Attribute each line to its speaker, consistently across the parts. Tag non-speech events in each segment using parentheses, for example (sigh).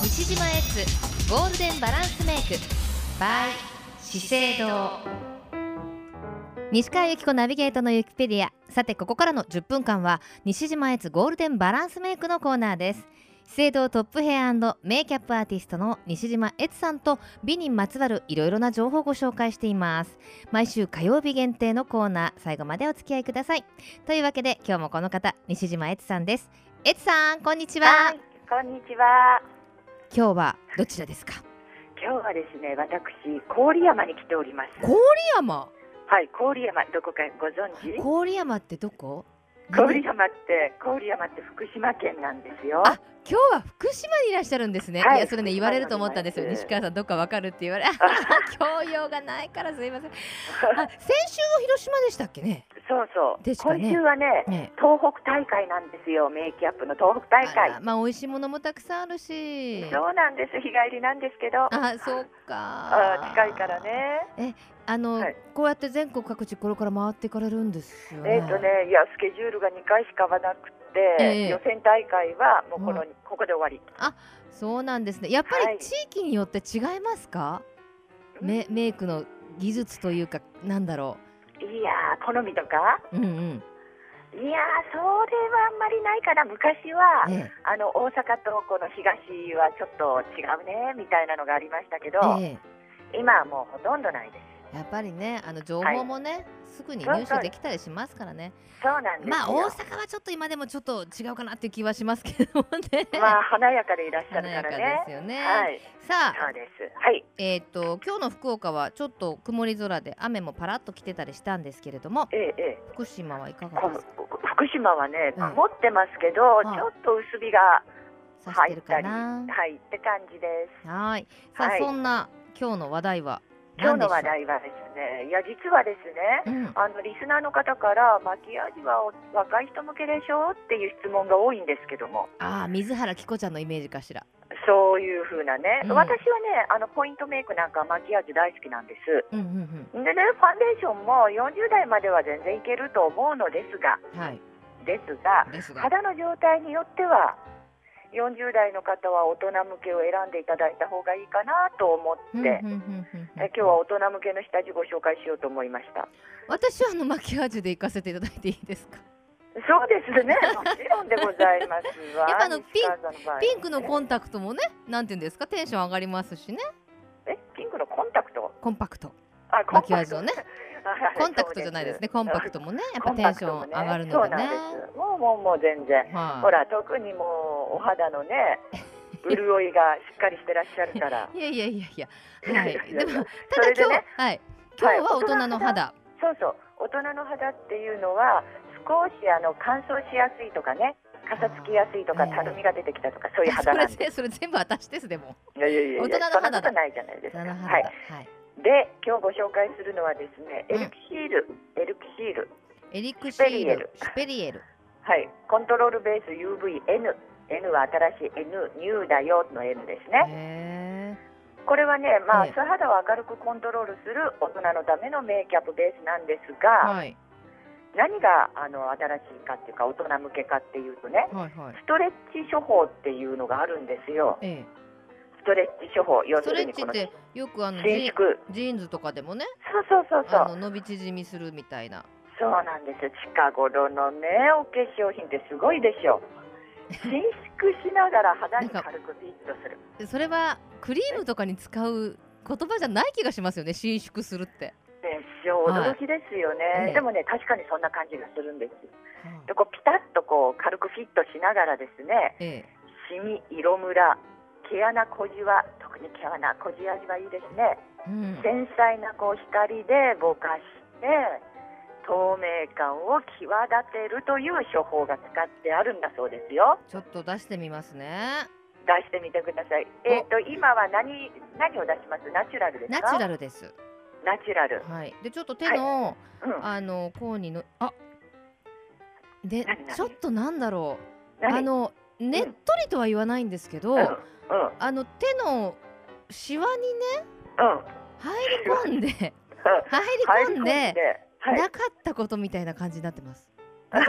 Speaker 1: 西島エッツゴールデンバランスメイク by 資生堂西川由紀子ナビゲートのユキペディアさてここからの10分間は西島エッツゴールデンバランスメイクのコーナーです資生堂トップヘアメイキャップアーティストの西島悦さんと美にまつわるいろいろな情報をご紹介しています毎週火曜日限定のコーナー最後までお付き合いくださいというわけで今日もこの方西島悦さんです悦さんこんにちは、
Speaker 2: はい、こんにちは。
Speaker 1: 今日はどちらですか
Speaker 2: 今日はですね、私、郡山に来ております。
Speaker 1: 郡山
Speaker 2: はい、郡山、どこかご存知
Speaker 1: 郡山ってどこ
Speaker 2: 郡山って、郡山って福島県なんですよ。 (laughs)
Speaker 1: あ今日は福島にいらっしゃるんですね、
Speaker 2: はい
Speaker 1: い、やそれね言われると思ったんですよ
Speaker 2: 福島にいます
Speaker 1: 西川さんどっかわかるって
Speaker 2: (laughs)
Speaker 1: 言われ教養がないからすいませんあ先週も広島でしたっけね
Speaker 2: そうそう。
Speaker 1: ですか
Speaker 2: 今
Speaker 1: ね
Speaker 2: 週はね、
Speaker 1: ね
Speaker 2: 東北大会なんですよ。メイキャップの東北大
Speaker 1: あら
Speaker 2: 会。
Speaker 1: まあ美味しいものもたくさんあるし
Speaker 2: そうなんです。日帰りなんですけど。
Speaker 1: あそう
Speaker 2: あ
Speaker 1: か
Speaker 2: ー近いからね。
Speaker 1: あの、
Speaker 2: はい
Speaker 1: こうやって全国各地これから回っていかれるんですよね
Speaker 2: えっ、とね、いや、スケジュールが2回しか合わなくて、
Speaker 1: ええ
Speaker 2: 予選大会はもうこの、ここで終わり。
Speaker 1: そうなんですねやっぱ
Speaker 2: は
Speaker 1: り
Speaker 2: い
Speaker 1: 地域によって違いますか、メメイクの技術というかなんだろ
Speaker 2: いやー、好みとか
Speaker 1: ううんうん
Speaker 2: いやー、それはあんまりないかな。昔は、
Speaker 1: え
Speaker 2: あの大阪とこの東はちょっと違うねみたいなのがありましたけど、
Speaker 1: ええ
Speaker 2: 今はもうほとんどないです。
Speaker 1: えやっぱりねあの情報もね、すぐに入手できたりしますからね
Speaker 2: そうなんですよ。
Speaker 1: まあ大阪はちょっと今でもちょっと違うかなっていう気はしますけどもね、
Speaker 2: (laughs) まあ華やかでいらっしゃ
Speaker 1: 華
Speaker 2: る
Speaker 1: や
Speaker 2: か
Speaker 1: からで
Speaker 2: ね。
Speaker 1: すよね、
Speaker 2: はい、
Speaker 1: さあ
Speaker 2: そうです。はい、
Speaker 1: えーっと今日の福岡はちょっと曇り空で雨もパラッと来てたりしたんですけれども
Speaker 2: ええええ、
Speaker 1: 福島はいかが
Speaker 2: こ
Speaker 1: ですか
Speaker 2: 福島はね、
Speaker 1: うん
Speaker 2: 曇ってますけど、
Speaker 1: い
Speaker 2: ちょっと薄日が
Speaker 1: さし
Speaker 2: 入
Speaker 1: て
Speaker 2: っ
Speaker 1: る
Speaker 2: た
Speaker 1: か
Speaker 2: り、
Speaker 1: な
Speaker 2: はいって感じです。
Speaker 1: はいさあ、
Speaker 2: はい
Speaker 1: そんな今日の話題は
Speaker 2: 今
Speaker 1: 何でし
Speaker 2: 日の
Speaker 1: ょう
Speaker 2: 話題はですね、いや実はですね。
Speaker 1: うん、
Speaker 2: あのリスナーの方からマキアージュはお若い人向けでしょっていう質問が多いんですけども
Speaker 1: ああ水原希子ちゃんのイメージかしら
Speaker 2: そういう風なね、
Speaker 1: うん
Speaker 2: 私はね、あのポイントメイクなんかマキアージュ大好きなんです。
Speaker 1: うんうん
Speaker 2: でね、ファンデーションも40代までは全然いけると思うのですが、
Speaker 1: うんはい
Speaker 2: ですが、
Speaker 1: ですが
Speaker 2: 肌の状態によっては、40代の方は大人向けを選んでいただいた方がいいかなと思
Speaker 1: うんうんう
Speaker 2: っ
Speaker 1: ん
Speaker 2: て、
Speaker 1: うんうん
Speaker 2: え今日は大人向けの下地ご紹介しようと思いました。
Speaker 1: 私はあのマキアージュで行かせていただいていいですか
Speaker 2: そうですね、 (laughs) もちろんでございますわ。
Speaker 1: やっぱあの
Speaker 2: 西川さんの場合はね
Speaker 1: ピンクのコンタクトもねなんていうんですかテンション上がりますしね
Speaker 2: えピンクのコンタクト
Speaker 1: コンパクト
Speaker 2: あ、
Speaker 1: マキアージュのね
Speaker 2: はいはい
Speaker 1: (laughs) コンタクトじゃないですねコンパクトもねやっぱ
Speaker 2: コン
Speaker 1: テン
Speaker 2: パク
Speaker 1: シ
Speaker 2: ト
Speaker 1: ョン
Speaker 2: も
Speaker 1: 上
Speaker 2: ね
Speaker 1: がるのでね
Speaker 2: そうなんですもうもうもう全然、
Speaker 1: はい
Speaker 2: ほら特にもうお肌
Speaker 1: (laughs)
Speaker 2: のね潤いがしっかりしてらっしゃるから
Speaker 1: いやいやいやいや、はい、
Speaker 2: いや
Speaker 1: で
Speaker 2: いや
Speaker 1: も、た
Speaker 2: そ
Speaker 1: だ今
Speaker 2: れで
Speaker 1: 日、
Speaker 2: ね
Speaker 1: はい、今
Speaker 2: は
Speaker 1: 日
Speaker 2: い
Speaker 1: は大人の肌、
Speaker 2: そうそう大人の肌っていうのは少しあの乾燥しやすいとかねかさつきやすいとか
Speaker 1: ええ
Speaker 2: たるみが出てきたとかそうい
Speaker 1: (laughs)
Speaker 2: う
Speaker 1: そ
Speaker 2: 肌な
Speaker 1: れ
Speaker 2: んです
Speaker 1: で、それ全部私ですでも。
Speaker 2: いやいやいやいや
Speaker 1: 大人の肌だ
Speaker 2: そんなことないじゃないですか
Speaker 1: 大人の肌だ、
Speaker 2: はい
Speaker 1: はい、
Speaker 2: で今日ご紹介するのはですね
Speaker 1: うん
Speaker 2: エルキシール、エルキシール
Speaker 1: エリクシール、シ
Speaker 2: シ
Speaker 1: ュペリエル、
Speaker 2: はいコントロールベース UVN N は新しい N ニューだよの N ですね、
Speaker 1: へー
Speaker 2: これはね、まあ、
Speaker 1: ええ
Speaker 2: 素肌を明るくコントロールする大人のためのメイキャップベースなんですが、
Speaker 1: はい、
Speaker 2: 何があの新しいかっていうか大人向けかっていうとね
Speaker 1: はい、はい、
Speaker 2: ストレッチ処方っていうのがあるんですよ
Speaker 1: ええ、
Speaker 2: ストレッチ処方要
Speaker 1: ス
Speaker 2: す
Speaker 1: トレッ
Speaker 2: るに
Speaker 1: チ
Speaker 2: こ
Speaker 1: っ
Speaker 2: の伸
Speaker 1: て、よくあのジー
Speaker 2: 縮
Speaker 1: ジーンズとかでもね、
Speaker 2: そうそうそうそ
Speaker 1: あの
Speaker 2: う
Speaker 1: 伸び縮みするみたいな。
Speaker 2: そうなんですよ近頃のねお化粧品ってすごいでしょ伸縮しながら肌に
Speaker 1: なんか
Speaker 2: 軽くフィットする
Speaker 1: それはクリームとかに使う言葉じゃない気がしますよね、伸縮するって。
Speaker 2: でしょ
Speaker 1: はい
Speaker 2: 驚きですよね、
Speaker 1: ええ
Speaker 2: でもね確かにそんな感じがするんですよでこうピタッとこう軽くフィットしながらですね
Speaker 1: ええ、
Speaker 2: シミ色ムラ毛穴小じわ特に毛穴小じわじはいいですね
Speaker 1: うん、
Speaker 2: 繊細なこう光でぼかして透明感を際立てるという処方が使ってあるんだそうですよ
Speaker 1: ちょっと出してみますね。
Speaker 2: 出してみてくださいえっ、と今は何何を出しますナチュラルです
Speaker 1: ナ
Speaker 2: か
Speaker 1: チュラルです。
Speaker 2: ナチュラル
Speaker 1: はい、でちょっと手の、
Speaker 2: うん
Speaker 1: あのこうにのあで
Speaker 2: 何何
Speaker 1: ちょっとなんだろう
Speaker 2: 何
Speaker 1: あのねっとりとは言わないんですけど、
Speaker 2: うんうん
Speaker 1: あの手のシワにね
Speaker 2: うん
Speaker 1: 入り込んで入り
Speaker 2: 入り
Speaker 1: 込
Speaker 2: 込
Speaker 1: ん
Speaker 2: ん
Speaker 1: で
Speaker 2: ではい (laughs)
Speaker 1: なかったことみたいな感じになってます。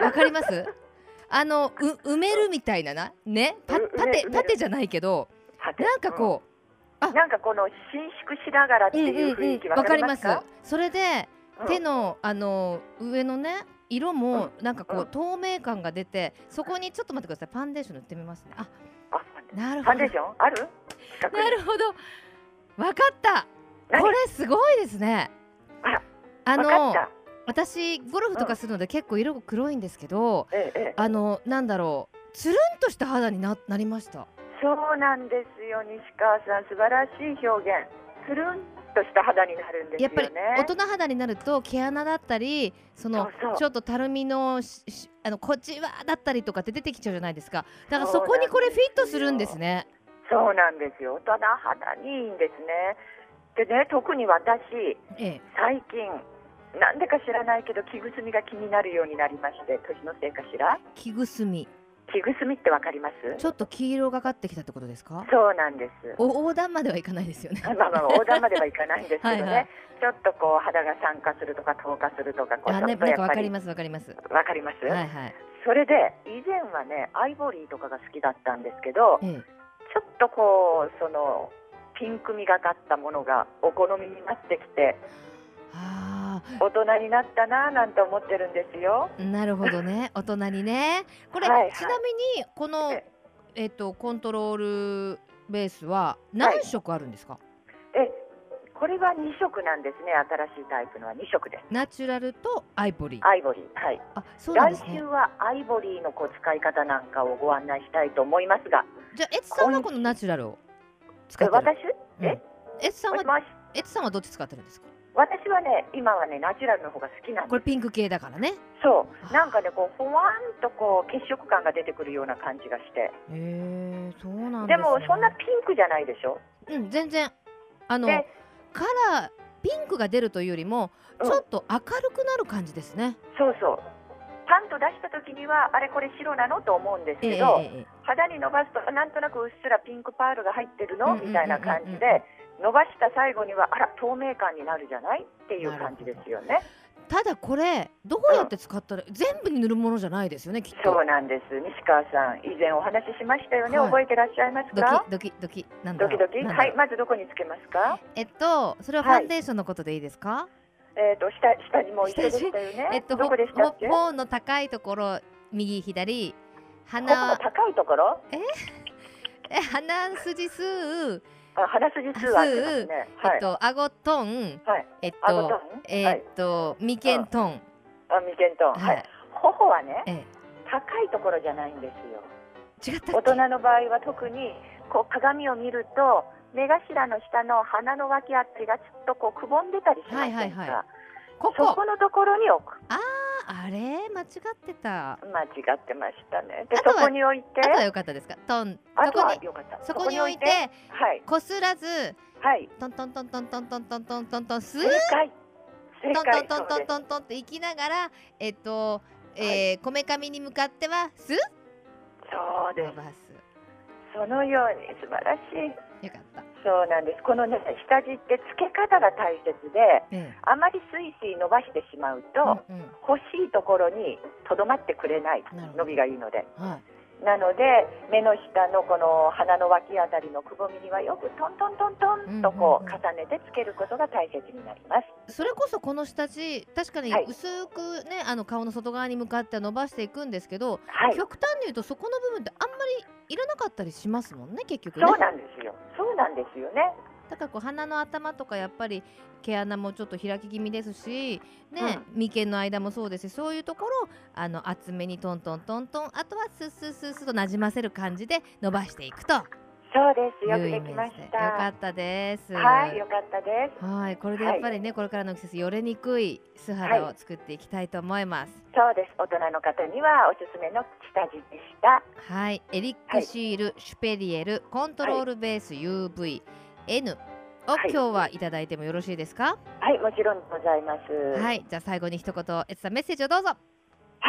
Speaker 1: わかります？あのう埋めるみたいななねパ
Speaker 2: う
Speaker 1: パテ
Speaker 2: 埋める
Speaker 1: パテじゃないけど
Speaker 2: さて
Speaker 1: なんかこ
Speaker 2: うんなんかこの伸縮しながらっ
Speaker 1: う
Speaker 2: て
Speaker 1: うん
Speaker 2: いう
Speaker 1: うんう
Speaker 2: 雰囲
Speaker 1: ん
Speaker 2: 気
Speaker 1: わ
Speaker 2: わ
Speaker 1: か
Speaker 2: か
Speaker 1: り
Speaker 2: り
Speaker 1: ま
Speaker 2: ます
Speaker 1: す
Speaker 2: か
Speaker 1: それで
Speaker 2: うん
Speaker 1: 手のあの上のね色もなんかこ
Speaker 2: う
Speaker 1: う透明感が出てそこにちょっと待ってくださいファンデーション塗ってみますねあ
Speaker 2: あ
Speaker 1: なる
Speaker 2: ファ
Speaker 1: ほ
Speaker 2: ン
Speaker 1: ど
Speaker 2: デーション
Speaker 1: (laughs)
Speaker 2: ある近くに
Speaker 1: なるほどわかった
Speaker 2: 何
Speaker 1: これすごいですね
Speaker 2: あら
Speaker 1: あ
Speaker 2: わ
Speaker 1: の
Speaker 2: かっ
Speaker 1: 私ゴルフとかするので結構色が黒いんですけど、
Speaker 2: たええええ
Speaker 1: あのなんだろうつるんとした肌にななりました
Speaker 2: そうなんですよ西川さん素晴らしい表現つるんとした肌になるんです
Speaker 1: や
Speaker 2: よ
Speaker 1: っぱり
Speaker 2: ね
Speaker 1: 大人肌になると毛穴だったりその
Speaker 2: そうそう
Speaker 1: ちょっとたるみのししあのこちわだったりとかって出てきちゃうじゃないですかだからそ
Speaker 2: そ
Speaker 1: う
Speaker 2: なん
Speaker 1: こにこれフィットするんですね
Speaker 2: そうなんですよ大人肌にいいんですねでね特に私
Speaker 1: ええ
Speaker 2: 最近なんでか知らないけど木ぐすみが気になるようになりまして年のせいかしら
Speaker 1: 木ぐすみ
Speaker 2: 木ぐすみってわかります
Speaker 1: ちょっと黄色がかってきたってことですか
Speaker 2: そうなんです
Speaker 1: お横断まではいかないですよね
Speaker 2: まあまあ横断まではいかないんですけど
Speaker 1: (laughs)
Speaker 2: ね
Speaker 1: はいはい
Speaker 2: ちょっとこう肌が酸化するとか透過するとかこう
Speaker 1: あ
Speaker 2: ち
Speaker 1: ね
Speaker 2: ょっと
Speaker 1: なん
Speaker 2: やっ
Speaker 1: かわ
Speaker 2: ぱ
Speaker 1: か
Speaker 2: り
Speaker 1: りますわかります
Speaker 2: わかります、
Speaker 1: はいはい
Speaker 2: それで以前はねアイボリーとかが好きだったんですけど
Speaker 1: ええ
Speaker 2: ちょっとこうそのピンクみがかったものがお好みになってきて
Speaker 1: あー
Speaker 2: 大人になったなぁなんて思ってるんですよ
Speaker 1: なるほどね大人にねこれ、
Speaker 2: はいはい
Speaker 1: ちなみにこの
Speaker 2: え
Speaker 1: えっとコントロールベースは何色あるんですか、
Speaker 2: えこれは2色なんですね新しいタイプのは2色です
Speaker 1: ナチュラルとアイボリー
Speaker 2: アイボリーはい
Speaker 1: あそうなんです
Speaker 2: 来週
Speaker 1: ね
Speaker 2: はアイボリーのこう使い方なんかをご案内したいと思いますが
Speaker 1: じゃあエツさんはこのナチュラルを使
Speaker 2: え
Speaker 1: ってる
Speaker 2: 私
Speaker 1: うん
Speaker 2: え
Speaker 1: エツさん
Speaker 2: も
Speaker 1: は
Speaker 2: しもし
Speaker 1: エツさんはどっち使ってるんですか
Speaker 2: 私はね今はねナチュラルの方が好きなん
Speaker 1: これ
Speaker 2: です
Speaker 1: ピンク系だからね
Speaker 2: そうなんかねこうほわんとこう血色感が出てくるような感じがし
Speaker 1: へ
Speaker 2: て
Speaker 1: えそうなんで、
Speaker 2: で
Speaker 1: ね、
Speaker 2: すもそんなピンクじゃないでしょ
Speaker 1: うん全然あの
Speaker 2: で
Speaker 1: カラーピンクが出るというよりも
Speaker 2: うん
Speaker 1: ちょっと明るくなる感じですね、
Speaker 2: そうそうパンと出した時にはあれこれ白なのと思うんです
Speaker 1: ええ
Speaker 2: け
Speaker 1: え
Speaker 2: ど、
Speaker 1: えええ
Speaker 2: 肌に伸ばすとなんとなくうっすらピンクパールが入ってる
Speaker 1: うん
Speaker 2: の
Speaker 1: うんうんうんうん
Speaker 2: みたいな感じで伸ばした最後にはあら透明感になるじゃないっていう感じですよね
Speaker 1: ただこれどうやって使ったら、全部に塗るものじゃないですよねきっと
Speaker 2: そうなんです西川さん以前お話ししましたよね、
Speaker 1: はい
Speaker 2: 覚えてらっしゃいます
Speaker 1: ド
Speaker 2: か
Speaker 1: キドキドキなんだ
Speaker 2: ド
Speaker 1: ろ
Speaker 2: キ
Speaker 1: う
Speaker 2: ドキ
Speaker 1: なんだろう
Speaker 2: はいまずどこにつけますか
Speaker 1: えっとそれはファンデーションのことでいいですか、
Speaker 2: えっ、と下下にも一緒でしたよね。
Speaker 1: えっと、
Speaker 2: ど
Speaker 1: ほ
Speaker 2: こでしたっけ？
Speaker 1: ほ頬の高いところ右左
Speaker 2: 頬の
Speaker 1: 鼻
Speaker 2: 高いところ？
Speaker 1: え鼻筋吸う、
Speaker 2: あ鼻筋数はあってますね。は
Speaker 1: え
Speaker 2: い
Speaker 1: っ。と顎トン
Speaker 2: はい。
Speaker 1: えっ
Speaker 2: あごと
Speaker 1: と
Speaker 2: ん。
Speaker 1: え
Speaker 2: はい。
Speaker 1: っと眉間トン
Speaker 2: あ眉間とん。はい。頬はね
Speaker 1: え
Speaker 2: 高いところじゃないんです
Speaker 1: え
Speaker 2: よ。
Speaker 1: 違った
Speaker 2: 大
Speaker 1: っけ
Speaker 2: 人の場合は特にこう鏡を見ると目頭の下の鼻の脇あたりがちょっとこうくぼんでたりしませんか？
Speaker 1: はいはいはこ
Speaker 2: そ
Speaker 1: こ
Speaker 2: このところに置く。
Speaker 1: ああれ間違ってたあ
Speaker 2: 間違ってましたね。で
Speaker 1: あと
Speaker 2: そ
Speaker 1: は
Speaker 2: こに置いて。
Speaker 1: とは良かったですかトン
Speaker 2: あ
Speaker 1: そ
Speaker 2: と
Speaker 1: こ
Speaker 2: は
Speaker 1: に
Speaker 2: よかった。
Speaker 1: そこに置いて
Speaker 2: はい
Speaker 1: こすらず
Speaker 2: はい。
Speaker 1: トントントントントントントントントントンスー
Speaker 2: 正解。正
Speaker 1: トン
Speaker 2: 解。
Speaker 1: トントント
Speaker 2: そう
Speaker 1: ン
Speaker 2: です
Speaker 1: トントンって行きながらえっとえーこめかみに向かってはスー
Speaker 2: そうで
Speaker 1: 伸
Speaker 2: す。
Speaker 1: ばす
Speaker 2: そのように素晴らしい。
Speaker 1: よかった
Speaker 2: そうなんです。このね下地って付け方が大切で、
Speaker 1: え
Speaker 2: あまりスイスイ伸ばしてしまう
Speaker 1: え
Speaker 2: と、
Speaker 1: うんうん
Speaker 2: 欲しいところにとどまってくれない
Speaker 1: なるほど
Speaker 2: 伸びがいいので。
Speaker 1: はい
Speaker 2: なので目の下のこの鼻の脇あたりのくぼみにはよくトントントントンとこ
Speaker 1: うん
Speaker 2: う
Speaker 1: うんう
Speaker 2: 重ねてつけることが大切になります。
Speaker 1: それこそこの下地確かに
Speaker 2: はい
Speaker 1: 薄くね、あの顔の外側に向かって伸ばしていくんですけど、
Speaker 2: はい。
Speaker 1: 極端に言うとそこの部分ってあんまりいらなかったりしますもんね結局ね
Speaker 2: そうなんですよ。そうなんですよね。
Speaker 1: だからこう鼻の頭とかやっぱり毛穴もちょっと開き気味ですし、ね眉間の間もそうですしそういうところあの厚めにトントントントンあとはスッスッスッスッとなじませる感じで伸ばしていくと
Speaker 2: そうです。
Speaker 1: い
Speaker 2: よ
Speaker 1: うイメ
Speaker 2: く
Speaker 1: ージ
Speaker 2: でき
Speaker 1: で
Speaker 2: ま
Speaker 1: よ
Speaker 2: した。
Speaker 1: かったです。
Speaker 2: はい、よかったです。
Speaker 1: はいこれでやっぱりね、これからの季節よれにくい素肌を作っていきたいと思います。
Speaker 2: そうです。大人の方にはおすすめの下地でした。
Speaker 1: はい、エリックシール、シュペリエル、コントロールベース UV、N を
Speaker 2: はい
Speaker 1: 今日はいただいてもよろしいですか？
Speaker 2: はい、もちろんでございます。。
Speaker 1: はいい、じゃあ最後に一言、エツさんメッセージをどうぞ。
Speaker 2: は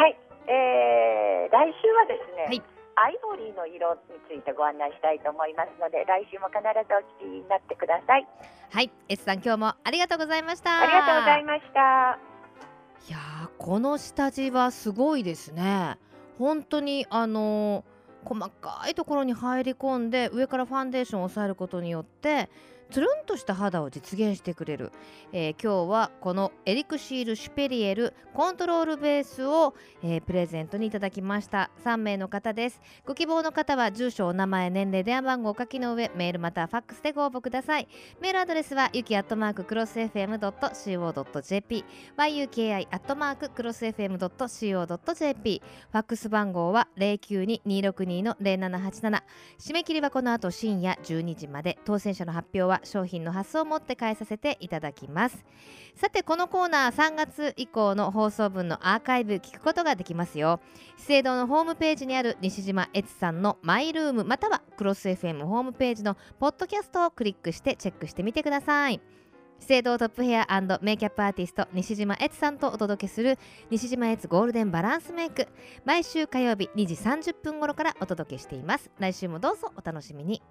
Speaker 2: い、えー、来週はですね、
Speaker 1: はい
Speaker 2: アイボリーの色についてご案内したいと思いますので、来週も必ずお聞きになってください。
Speaker 1: はい、エツさん今日もありがとうございました。
Speaker 2: ありがとうございました。
Speaker 1: いやーこの下地はすごいですね。本当にあの細かいところに入り込んで上からファンデーションを抑えることによってつるんとした肌を実現してくれる、えー今日はこのエリクシール・シュペリエルコントロールベースを、えープレゼントにいただきました3名の方ですご希望の方は住所お名前年齢電話番号をお書きの上メールまたはファックスでご応募くださいメールアドレスはゆきアットマーククロス FM.co.jp yuki アットマーククロス FM.co.jp ファックス番号は092-262-0787締め切りはこの後深夜12時まで当選者の発表は商品の発送をもって返させていただきますさてこのコーナー3月以降の放送分のアーカイブ聞くことができますよ資生堂のホームページにある西島悦さんのマイルームまたはクロス FM ホームページのポッドキャストをクリックしてチェックしてみてください資生堂トップヘアメイキャップアーティスト西島悦さんとお届けする西島悦ゴールデンバランスメイク毎週火曜日2時30分頃からお届けしています来週もどうぞお楽しみに